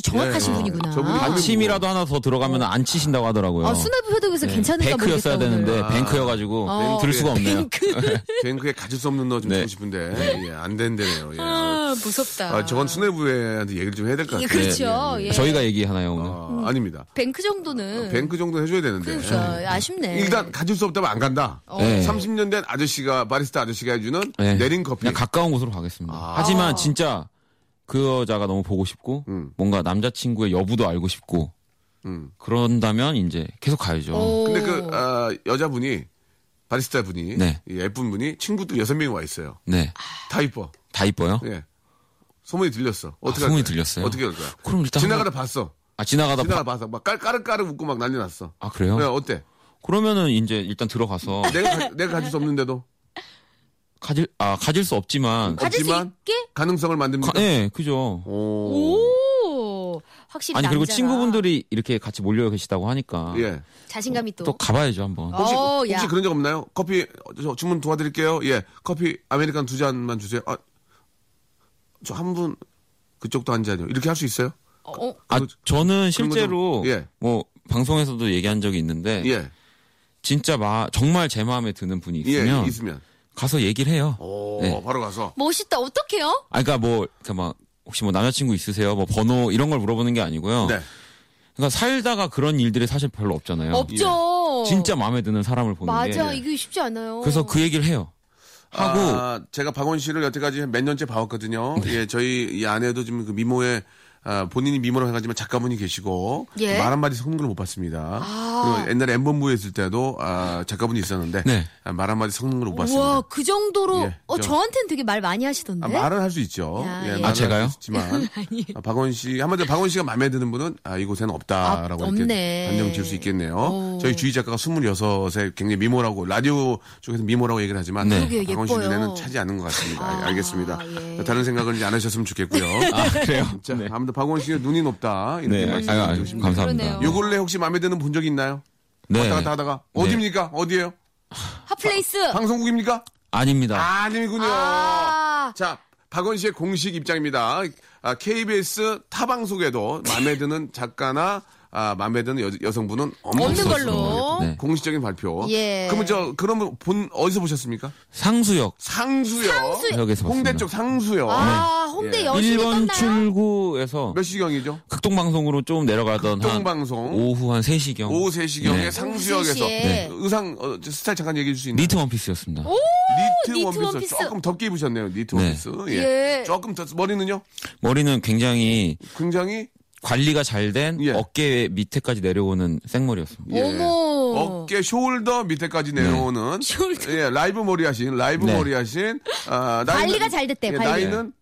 예, 정확하신 예. 분이구나. 저분이 아, 안- 아침이라도 하나 더 들어가면 아, 안 치신다고 하더라고요. 수뇌부 효동에서 괜찮은가 모르겠다. 뱅크였어야 되는데 오늘. 뱅크여가지고 어. 들 수가 없네요. 뱅크. 뱅크에 가질 수 없는 너좀 네. 주고 싶은데 예, 안 된대요. 예. 아, 무섭다. 아, 저건 네, 수뇌부에한테 얘기를 좀 해야 될 것 예, 같아요. 그렇죠. 예. 네. 저희가 얘기하나요 오늘? 아, 아닙니다. 뱅크 정도는 아, 뱅크 정도 해줘야 되는데. 그러니까 아쉽네. 어. 일단 가질 수 없다면 안 간다. 네. 30년 된 아저씨가 바리스타 아저씨가 해주는 네. 내린 커피. 아. 그냥 가까운 곳으로 가겠습니다. 하지만 진짜 그 여자가 너무 보고 싶고 음. 뭔가 남자친구의 여부도 알고 싶고 그런다면 이제 계속 가야죠. 오. 근데 그 아, 여자분이 바리스타 분이 네. 예쁜 분이 친구도 여섯 명이 와 있어요. 네, 다 이뻐. 다 이뻐요. 예. 소문이 들렸어. 어떻게 아, 소문이 할 거야? 들렸어요? 어떻게 할 거야? 그럼 일단 지나가다 한번- 봤어. 아 지나가다 지나가 봐- 다 봤어. 막 깔- 까르까르 웃고 막 난리 났어. 아 그래요? 네, 어때? 그러면은 이제 일단 들어가서 내가 가, 내가 가질 수 없는데도 가질 아 가질 수 어, 없지만 가질 수 없지만- 있게? 가능성을 만듭니다. 가- 네, 그죠. 오. 오. 확실히 아니 그리고 남자가 친구분들이 이렇게 같이 몰려 계시다고 하니까 예. 자신감이 또. 또 가봐야죠 한번. 어. 혹시, 어우, 혹시 야. 그런 적 없나요? 커피 어, 저 주문 도와드릴게요. 예, 커피 아메리칸 두 잔만 주세요. 아, 저 한 분 그쪽도 앉아야 돼요. 이렇게 할 수 있어요? 어, 아, 그거- 저는 실제로 좀- 예. 뭐 방송에서도 얘기한 적이 있는데 예. 진짜 마, 정말 제 마음에 드는 분이 예, 어. 있으면 있으면. 가서 얘기를 해요. 오, 네. 바로 가서. 멋있다. 어떡해요? 아 그러니까 뭐 이렇게 막 혹시 뭐 남자친구 있으세요? 뭐 번호 이런 걸 물어보는 게 아니고요. 네. 그러니까 살다가 그런 일들이 사실 별로 없잖아요. 없죠. 네. 예. 진짜 마음에 드는 사람을 보는 맞아. 게 예. 이게 쉽지 않아요. 그래서 그 얘기를 해요. 하고 아, 제가 박원 씨를 여태까지 몇 년째 봐왔거든요. 네. 예, 저희 이 아내도 지금 그 미모에 아, 본인이 미모를 해가지만 작가분이 계시고 예. 말 한마디 섞는 걸못 봤습니다. 아. 그리고 옛날에 엠본부에 있을 때도 아, 작가분이 있었는데 네. 아, 말 한마디 섞는 걸못 봤습니다. 와, 그 정도로 예, 어, 저- 저한테는 되게 말 많이 하시던데. 아, 말은 할 수 있죠. 네? 야, 예. 예, 아, 말은 제가요? 할수 있지만 아, 박원 씨 한마디로 박원 씨가 마음에 드는 분은 아, 이곳에는 없다라고 아, 이렇게 없네. 단정 지을 수 있겠네요. 오. 저희 주희 작가가 26에 굉장히 미모라고 라디오 쪽에서 미모라고 얘기를 하지만 네. 아, 그러게요, 박원 씨 예뻐요. 눈에는 차지 않는 것 같습니다. 아, 아, 알겠습니다. 예. 네. 다른 생각을 이제 안 하셨으면 좋겠고요. 아 그래요? 자, 아무튼 박원 씨의 눈이 높다 이렇게 네, 아, 말씀. 아, 그러네요. 감사합니다. 요 근래 혹시 마음에 드는 본 적 있나요? 네. 왔다 갔다 하다가 네. 어디입니까? 어디예요? 핫플레이스. 방송국입니까? 아닙니다. 아, 아니군요. 아. 자, 박원 씨의 공식 입장입니다. 아, KBS 타방송에도 마음에 드는 작가나 아, 마음에 드는 여, 여성분은 없는, 없는 걸로. 걸로. 네. 공식적인 발표. 예. 그러면 저 그러면 본 어디서 보셨습니까? 상수역 상수요. 상수- 역에서 홍대 봤습니다. 쪽 상수요. 아, 홍대 예. 여신이 1번 떴나요? 출구에서 몇 시경이죠? 극동방송으로 좀 내려가던 극동방송. 한 오후 한 3시경 오후 3시경에 네. 상수역에서 오후 세 시에. 의상 어, 저 스타일 잠깐 얘기해 줄 수 있나요? 니트 원피스였습니다. 어? 니트, 니트 원피스. 원피스. 조금 덥게 입으셨네요. 니트 네. 원피스. 예. 예. 조금 더 머리는요? 머리는 굉장히 굉장히 관리가 잘 된 예. 어깨 밑에까지 내려오는 생머리였습니다. 예. 어머. 어깨 숄더 밑에까지 내려오는 숄더. 예 라이브 머리 하신 라이브 네. 머리 하신 아, 관리가 잘 됐대, 예, 관리. 나이는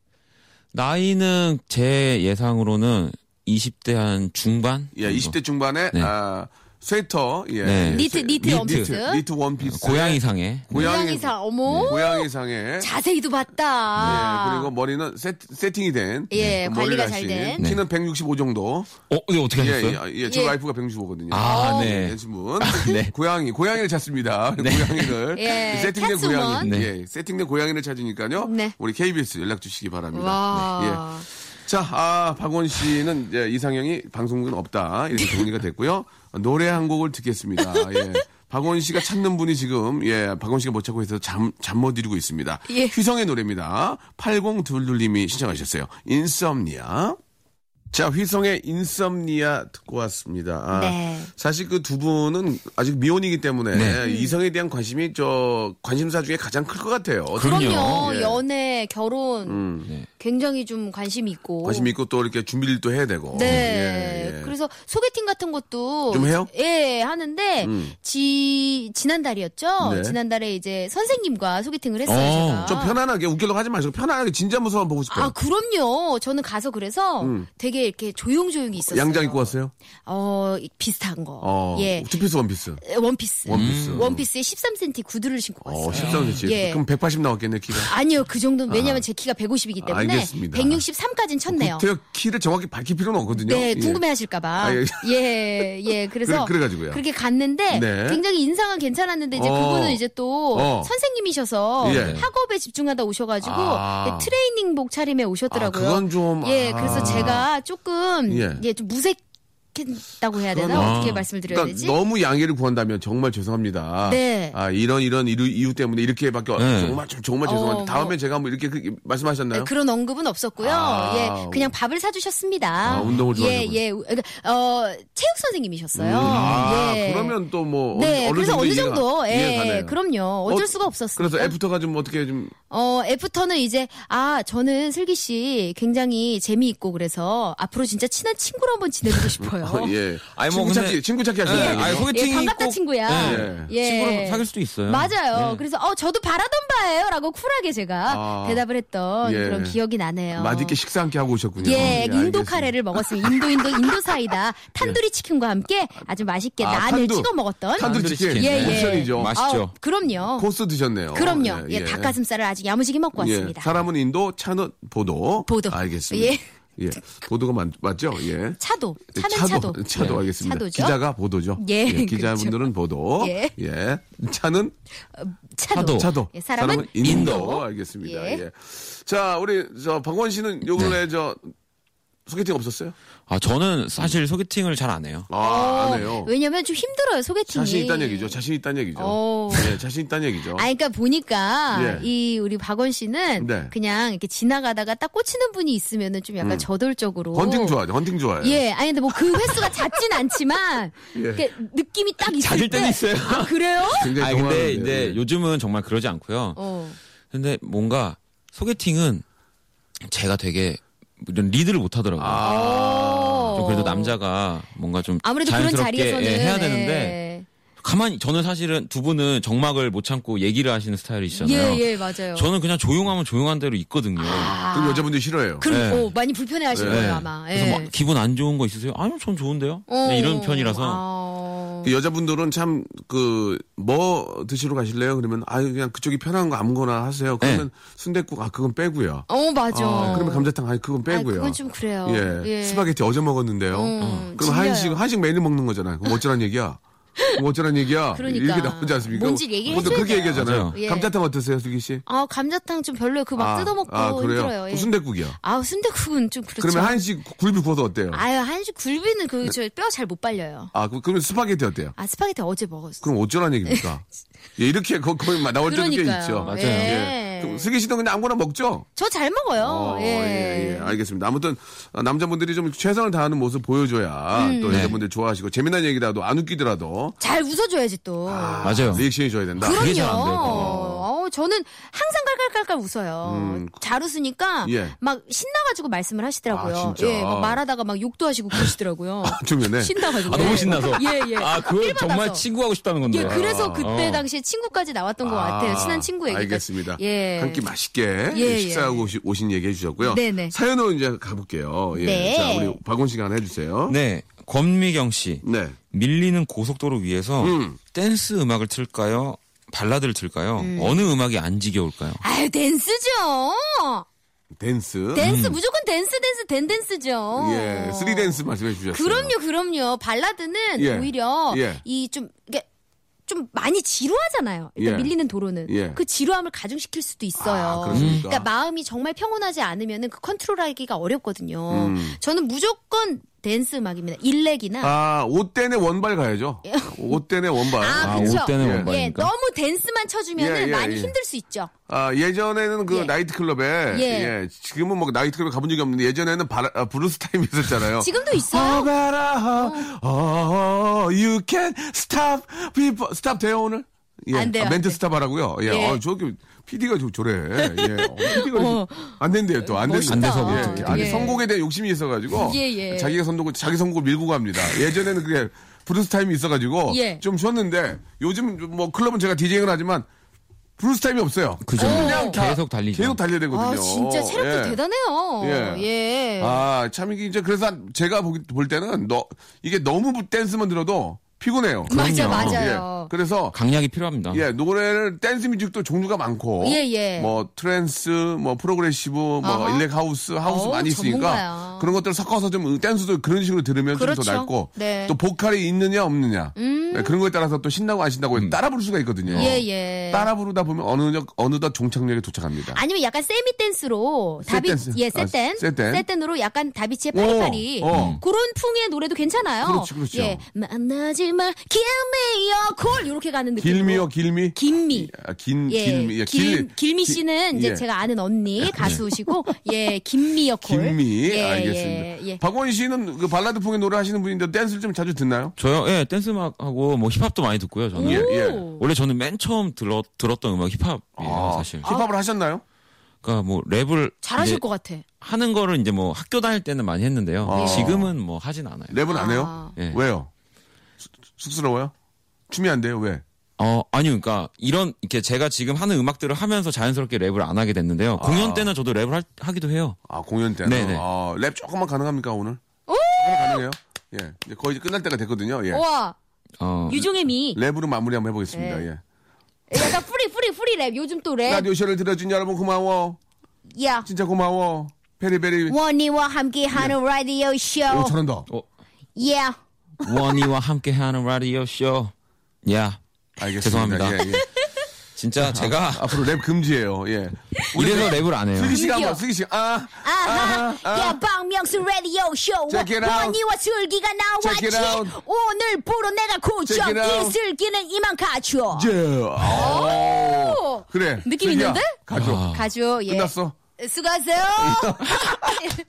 나이는 제 예상으로는 20대 한 중반? 예 20대 중반에 음. 네. 아, 스웨터 예 네. 니트, 예, 니트 니- 니트, 원피스. 니트 원피스 예, 고양이상에 고양이상, 어머. 뭐. 네. 고양이상에 자세히도 예, 봤다. 그리고 머리는 세, 세팅이 된 예, 머리를 관리가 잘 하신. 된. 키는 165 정도 어, 네, 어떻게 예, 하셨어요? 예, 예, 저 예. 와이프가 165거든요. 아, 네. 분 네. 고양이, 고양이를 찾습니다. 고양이를. 예, 세팅된 캣스먼. 고양이. 네. 예, 세팅된 고양이를 찾으니까요. 네. 우리 KBS 연락 주시기 바랍니다. 네, 예. 와. 자, 아, 박원 씨는 이제 이상형이 방송국은 없다. 이렇게 정리가 됐고요. 노래 한 곡을 듣겠습니다. 예. 박원 씨가 찾는 분이 지금, 예, 박원 씨가 못 찾고 있어서 잠, 잠 못 이루고 있습니다. 예. 휘성의 노래입니다. 8022님이 신청하셨어요. 인썸니아. 자, 휘성의 인썸니아 듣고 왔습니다. 아, 네. 사실 그 두 분은 아직 미혼이기 때문에 네. 이성에 대한 관심이 저 관심사 중에 가장 클 것 같아요. 그럼요. 예. 음. 연애, 결혼 굉장히 좀 관심 있고. 관심 있고 또 이렇게 준비를 또 해야 되고. 네. 예, 예. 그래서 소개팅 같은 것도 좀 해요? 예, 하는데 음. 지 지난달이었죠. 네. 지난달에 이제 선생님과 소개팅을 했어요. 어, 제가. 좀 편안하게 웃기려고 하지 마시고 편안하게 진짜 모습만 보고 싶어요. 아 그럼요. 저는 가서 그래서 되게 이렇게 조용조용히 있었어요. 음. 양장 입고 왔어요? 어 이- 비슷한 거. 어. 그렇죠. 예. 투피스 원피스. 에, 원피스. 음. 원피스. 원피스에 13cm 구두를 신고 어, 왔어요. 13cm. 예. 그럼 180 나왔겠네, 키가. 아니요, 그 정도는 왜냐면 제 키가 150이기 때문에 알겠습니다. 163까지는 쳤네요. 제가 키를 정확히 밝힐 필요는 없거든요. 네, 예. 궁금해하실까봐. 아, 예. 예, 예. 그래- 그래서 그래가지고요. 렇게 갔는데 네. 굉장히 인상은 괜찮았는데 이제 어. 그분은 이제 또 어. 선생님이셔서 예. 학업에 집중하다 오셔가지고 아. 네, 트레이닝복 차림에 오셨더라고요. 아, 그건 좀, 예, 아. 그래서 제가 조금 예. 예, 좀 무색했다고 해야 되나 그건- 아. 어떻게 말씀을 드려야 그러니까 되지? 너무 양해를 구한다면 정말 죄송합니다. 네. 아, 이런 이런 이유, 이유 때문에 이렇게밖에 네. 정말 좀- 정말 죄송한데 어, 다음에 뭐. 제가 한번 이렇게 그- 말씀하셨나요? 네, 그런 언급은 없었고요. 아. 예, 그냥 밥을 사주셨습니다. 아, 운동을 예, 좋아하시는군요. 예, 그러니까, 어, 체육 선생님이셨어요. 아, 예. 그러면 또 뭐 네, 어느, 그래서 정도 어느 이해가- 정도, 이해가 예, 가네요. 그럼요. 어쩔 어, 수가 없었어요. 그래서 애프터가 좀 어떻게 좀 어, 애프터는 이제, 아, 저는 슬기 씨 굉장히 재미있고 그래서 앞으로 진짜 친한 친구로 한번 지내보고 싶어요. 예. 아니, 뭐 친구 근데- 찾기, 친구 찾기 하시는 네, 거예요? 아니, 소개팅이 예, 반갑다, 꼭- 친구야. 네. 예. 친구로 사귈 수도 있어요. 맞아요. 그래서, 어, 저도 바라던 바예요. 라고 쿨하게 제가 아. 대답을 했던 예. 그런 기억이 나네요. 맛있게 식사 함께 하고 오셨군요. 예, 인도 알겠습니다. 예. 카레를 먹었습니다. 인도, 인도, 인도 사이다. 탄두리 치킨과 함께 아주 맛있게 아, 난을 탄두- 찍어 먹었던. 탄두리 탄두리 치킨. 치킨. 예, 예. 옵션이죠. 맛있- 맛있죠. 아우, 그럼요. 코스 드셨네요. 그럼요. 예, 닭가슴살을 아주 야무지게 먹고 예, 왔습니다. 사람은 인도, 차는 보도. 보도. 알겠습니다. 예. 예. 보도가 맞, 맞죠? 예. 차도. 차는 차도. 차도, 예, 차도 네. 알겠습니다. 차도죠? 기자가 보도죠. 예, 기자분들은 보도. 예. 예. 차는 차도. 차도. 예, 사람은, 인도. 알겠습니다. 예. 예. 자, 우리 저 박원 씨는 요 근래 저 소개팅 없었어요? 아 저는 사실 소개팅을 잘 안 해요. 아, 어, 안 해요. 왜냐면 좀 힘들어요, 소개팅이. 자신 있다는 얘기죠. 자신 있다는 얘기죠. 오. 예, 자신 있다는 얘기죠. 예. 어. 아, 그러니까 보니까 예. 이 우리 박원 씨는 네. 그냥 이렇게 지나가다가 딱 꽂히는 분이 있으면은 좀 음. 약간 저돌적으로 헌팅 좋아하죠. 헌팅 좋아해요. 예, 아니 근데 뭐 그 횟수가 잦진 않지만 예. 이렇게 느낌이 딱 있을 잦을 때는 때- 있어요. 아, 그래요? 굉장히 아 근데 좋아하는데. 이제 요즘은 정말 그러지 않고요. 어. 근데 뭔가 소개팅은 제가 되게 이런 리드를 못 하더라고요. 아, 아. 좀 그래도 남자가 뭔가 좀 어. 아무래도 그런 자연스럽게 자리에서는 예, 해야 네. 되는데 가만히 저는 사실은 두 분은 정막을 못 참고 얘기를 하시는 스타일이시잖아요. 예, 아, 예, 맞아요. 저는 그냥 조용하면 조용한 대로 있거든요. 그럼 여자분들이 싫어해요. 그럼 예. 어, 많이 불편해 하실 예. 거예요, 아마. 예. 어. 그래서 막 기분 안 좋은 거 있으세요? 아니요, 전 좋은데요. 그냥 이런 편이라서 아. 그 여자분들은 참 그 뭐 드시러 가실래요? 그러면 아 그냥 그쪽이 편한 거 아무거나 하세요. 네. 그러면 순댓국 아 그건 빼고요. 어, 맞아. 아, 그러면 감자탕 아니 그건 빼고요. 아, 그건 좀 그래요. 예. 스파게티 어제 먹었는데요. 음, 그럼 질려요. 한식 한식 매일 먹는 거잖아요. 그럼 어쩌란 얘기야? 그럼 어쩌란 얘기야? 그러니까. 이렇게 나오지 않습니까? 뭔지 얘기해줘야 먼저 그렇게 돼요. 얘기하잖아요. 맞아요. 예. 감자탕 어떠세요, 수기 씨? 아, 감자탕 좀 별로예요. 그 막 아, 뜯어먹고 아, 그래요? 힘들어요. 예. 순댓국이요 아, 순대국은 좀 그렇죠. 그러면 한식 굴비 구워서 어때요? 아, 아유, 한식 굴비는 그 저 뼈 잘 못 발려요. 그, 그러면 스파게티 어때요? 아, 스파게티 어제 먹었어. 그럼 어쩌란 얘기입니까? 예, 이렇게 거, 거의 막 나올 때도 꽤 그러니까요. 있죠. 맞아요. 예. 예. 그럼 수기 씨는 그냥 아무거나 먹죠? 저 잘 먹어요. 어, 예. 예, 예. 알겠습니다. 아무튼 아, 남자분들이 좀 최선을 다하는 모습 보여줘야 음. 또 네. 여자분들 좋아하시고 재미난 얘기라도 안 웃기더라도 잘 웃어줘야지 또. 맞아요. 리액션이 줘야 된다. 그게 그럼요. 잘안 돼요, 그거. 어, 저는 항상 깔깔깔깔 웃어요. 잘 웃으니까 예. 막 신나가지고 말씀을 하시더라고요. 아, 진짜? 예, 막 말하다가 막 욕도 하시고 그러시더라고요. 좀 전에 신나가지고. 아, 너무 신나서. 예, 예. 아, 그걸 삘 정말 받아서. 친구하고 싶다는 예, 건데. 그래서 그때 어. 당시에 친구까지 나왔던 것 같아요. 친한 친구 얘기까지. 알겠습니다. 예. 한 끼 맛있게 예, 식사하고 오시- 오신 얘기 해주셨고요. 네네. 사연으로 이제 가볼게요. 예. 네. 자, 우리 박원 씨가 하나 해주세요. 네, 권미경 씨. 네. 밀리는 고속도로 위에서 댄스 음악을 틀까요? 발라드를 틀까요? 어느 음악이 안 지겨울까요? 아유, 댄스죠. 댄스. 댄스, 무조건 댄스, 댄스, 댄댄스죠. 예. 쓰리 댄스 말씀해 주셨어요. 어. 그럼요, 그럼요. 발라드는 예. 오히려 예. 이 좀 이게 좀 많이 지루하잖아요. 일단 예. 밀리는 도로는 예. 그 지루함을 가중시킬 수도 있어요. 아, 그렇습니까? 그러니까 마음이 정말 평온하지 않으면은 그 컨트롤하기가 어렵거든요. 저는 무조건 댄스 음악입니다. 일렉이나 음. 아, 옷댄의 원발 가야죠. 옷댄의 원발. 예. 아, 아, 그쵸. 옷 때는 예. 예, 원반이니까. 너무 댄스만 쳐주면은 예, 예, 많이 예. 힘들 수 있죠. 아, 예전에는 그 예. 나이트클럽에 예. 예. 지금은 뭐 나이트클럽에 가본 적이 없는데 예전에는 바라, 아, 브루스 타임 있었잖아요. 지금도 어, 있어요. 바라, 어, you can stop people. 스탑 돼요, 오늘? 예. 안 돼요, 아, 안 멘트 돼요. 스탑하라고요? 예. 예. 아, 저기, PD가 좀 저래. 예. 어, PD가 안 된대요, 또. 안 된대요. 멋있다. 안 돼서 예. 그렇게 아니, 예. 성공에 대한 욕심이 있어가지고. 예, 예. 자기가 선곡, 자기 선곡을 밀고 갑니다. 예전에는 그게 브루스 타임이 있어가지고. 예. 좀 쉬었는데, 요즘 뭐 클럽은 제가 디제잉을 하지만, 브루스 타임이 없어요. 그죠. 그냥 다 계속 달리죠. 계속 달려야 되거든요. 아, 진짜 체력도 예. 대단해요. 예. 예. 아, 참 이게 이제 그래서 제가 보기, 볼 때는 너 이게 너무 댄스만 들어도 피곤해요. 맞아, 그럼요. 맞아요. 예. 그래서 강약이 필요합니다. 예, 노래를 댄스 뮤직도 종류가 많고 예, 예. 뭐 트랜스, 뭐 프로그레시브, 뭐 아하. 일렉 하우스, 하우스 어우, 많이 있으니까 전문가야. 그런 것들을 섞어서 좀 댄스도 그런 식으로 들으면 좀 그렇죠. 더 낫고 네. 음. 또 보컬이 있느냐 없느냐 네, 그런 거에 따라서 또 신나고 안 신나고 따라 부를 수가 있거든요. 예, 예. 따라 부르다 보면 어느 어느덧 종착역에 도착합니다. 아니면 약간 세미 댄스로 셋 다비 댄스. 예 아, 세댄 셋 댄. 세댄으로 약간 다비치의 파리파리 오, 어. 그런 풍의 노래도 괜찮아요. 그렇지, 그렇죠. 예, 만나지 마, 길미여 콜 이렇게 가는 느낌. 길미요, 길미. 김미. 아, 긴, 예, 길미. 예, 길, 길미 기- 씨는 이제 예. 제가 아는 언니 가수시고 예 김미여 콜. 김미 예, 알겠습니다. 예, 예. 박원 씨는 그 발라드 풍의 노래 하시는 분인데 댄스를 좀 자주 듣나요? 저요, 예, 댄스 음악하고 뭐 힙합도 많이 듣고요, 저는. 음. 예, 예. 오. 원래 저는 맨 처음 들었, 들었던 음악 힙합이에요, 예, 사실. 아, 힙합을 아. 하셨나요? 그러니까 뭐 랩을 잘하실 예. 이제 것 같아. 하는 거를 이제 뭐 학교 다닐 때는 많이 했는데요. 지금은 뭐 하진 않아요. 랩은 안 해요? 예. 왜요? 수- 쑥스러워요? 춤이 안 돼요? 왜? 어, 아니요. 그러니까 이런 이렇게 제가 지금 하는 음악들을 하면서 자연스럽게 랩을 안 하게 됐는데요. 공연 때는 저도 랩을 할- 하기도 해요. 아 공연 때는 네네. 아, 랩 조금만 가능합니까 오늘? 조금만 가능해요? 예, 이제 거의 이제 끝날 때가 됐거든요. 예. 와 어, 유종의 미. 랩으로 마무리 한번 해보겠습니다. 네. 예. 약간 뿌리 뿌리 뿌리 랩 요즘 또 랩. 라디오 쇼를 들어준 여러분 고마워. 야. 진짜 고마워. 페리페리. 원희와 함께하는 라디오 쇼. 예. 오, 잘한다. Yeah. 원희와 함께하는 라디오 쇼. 야, 알겠습니다. 죄송합니다. 예, 예. 진짜 제가 앞으로 랩 금지예요. 예. 우리 이래서 랩을 안 해요. 슬기 씨가 금지요. 한번 슬기 씨. 아. 아하, 어. 야, 박명수 라디오 쇼. Check it out. 원희와 슬기가 Check it out. 나왔지. 오늘부로 내가 고정. Check it out. 이 슬기는 이만 가죠. 제. 오. 그래. 아. 느낌 슬기야, 있는데? 가죠. 가죠. 예. 끝났어. 수고하세요.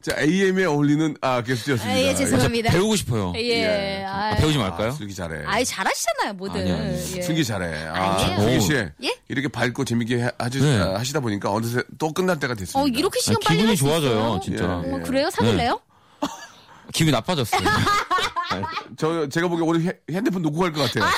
자, AM에 어울리는 아, 게스트였습니다. 아, 예, 죄송합니다. 배우고 싶어요. 예. 예. 아, 아, 배우지 아, 말까요? 슬기 잘해. 아이, 잘하시잖아요, 뭐든. 아니, 아니. 예. 승기 잘해. 아, 아니에요. 승기 오. 씨. 예? 이렇게 밝고 재밌게 하, 하시, 네. 아, 하시다 보니까 어느새 또 끝날 때가 됐습니다. 어, 이렇게 시간 아니, 빨리 기분이 갈수 좋아져요, 있어요? 진짜. 예, 예. 어, 그래요? 사귈래요? 기분이 나빠졌어요. 저, 제가 보기에 오늘 헤- 핸드폰 놓고 갈 것 같아요.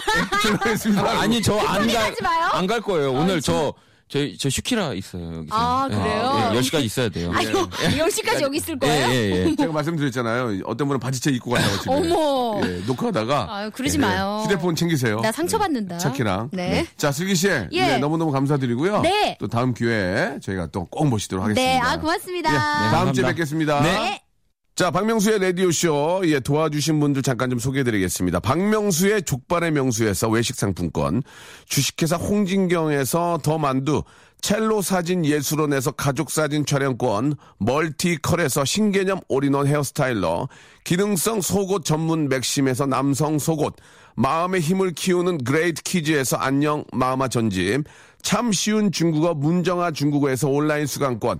죄송했습니다. 아니 저 고민하지 마요. 안갈안 갈 거예요. 오늘 저 저희 저 슈키라 있어요 여기서. 아, 그래요? 예, 10시까지 있어야 돼요. 아유, 10시까지 여기 있을 예, 거예요? 예, 예. 제가 말씀드렸잖아요. 어떤 분은 바지채 입고 간다고 지금. 네. 어머. 예, 녹화하다가. 아유, 그러지 예, 마요. 휴대폰 챙기세요. 나 상처받는다. 차키랑. 네. 자, 슬기 씨. 예, 너무너무 감사드리고요. 네. 또 다음 기회에 저희가 또 꼭 모시도록 하겠습니다. 네, 아, 고맙습니다. 예, 다음 주에 감사합니다. 뵙겠습니다. 네. 자, 박명수의 라디오쇼, 예, 도와주신 분들 잠깐 좀 소개해드리겠습니다. 박명수의 족발의 명수에서 외식상품권, 주식회사 홍진경에서 더 만두, 첼로 사진 예술원에서 가족사진 촬영권, 멀티컬에서 신개념 올인원 헤어스타일러, 기능성 속옷 전문 맥심에서 남성 속옷, 마음의 힘을 키우는 그레이트 키즈에서 안녕 마마 전집, 참 쉬운 중국어 문정아 중국어에서 온라인 수강권,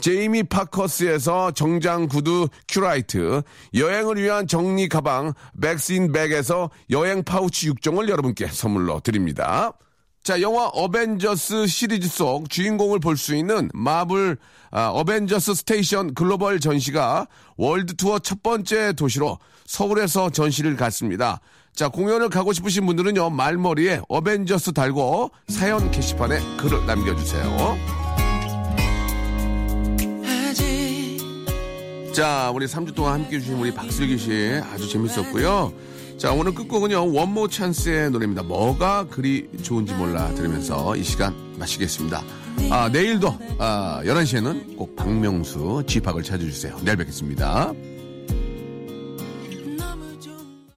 제이미 파커스에서 정장 구두 큐라이트, 여행을 위한 정리 가방 백스인 백에서 여행 파우치 6종을 여러분께 선물로 드립니다. 자, 영화 어벤져스 시리즈 속 주인공을 볼 수 있는 마블 아, 어벤져스 스테이션 글로벌 전시가 월드 투어 첫 번째 도시로 서울에서 전시를 갔습니다. 자, 공연을 가고 싶으신 분들은요, 말머리에 어벤져스 달고 사연 게시판에 글을 남겨주세요. 자, 우리 3주 동안 함께 해주신 우리 박슬기 씨 아주 재밌었고요. 자, 오늘 끝곡은요, 원모 찬스의 노래입니다. 뭐가 그리 좋은지 몰라 들으면서 이 시간 마치겠습니다. 아, 내일도, 아, 11시에는 꼭 박명수 집학을 찾아주세요. 내일 뵙겠습니다.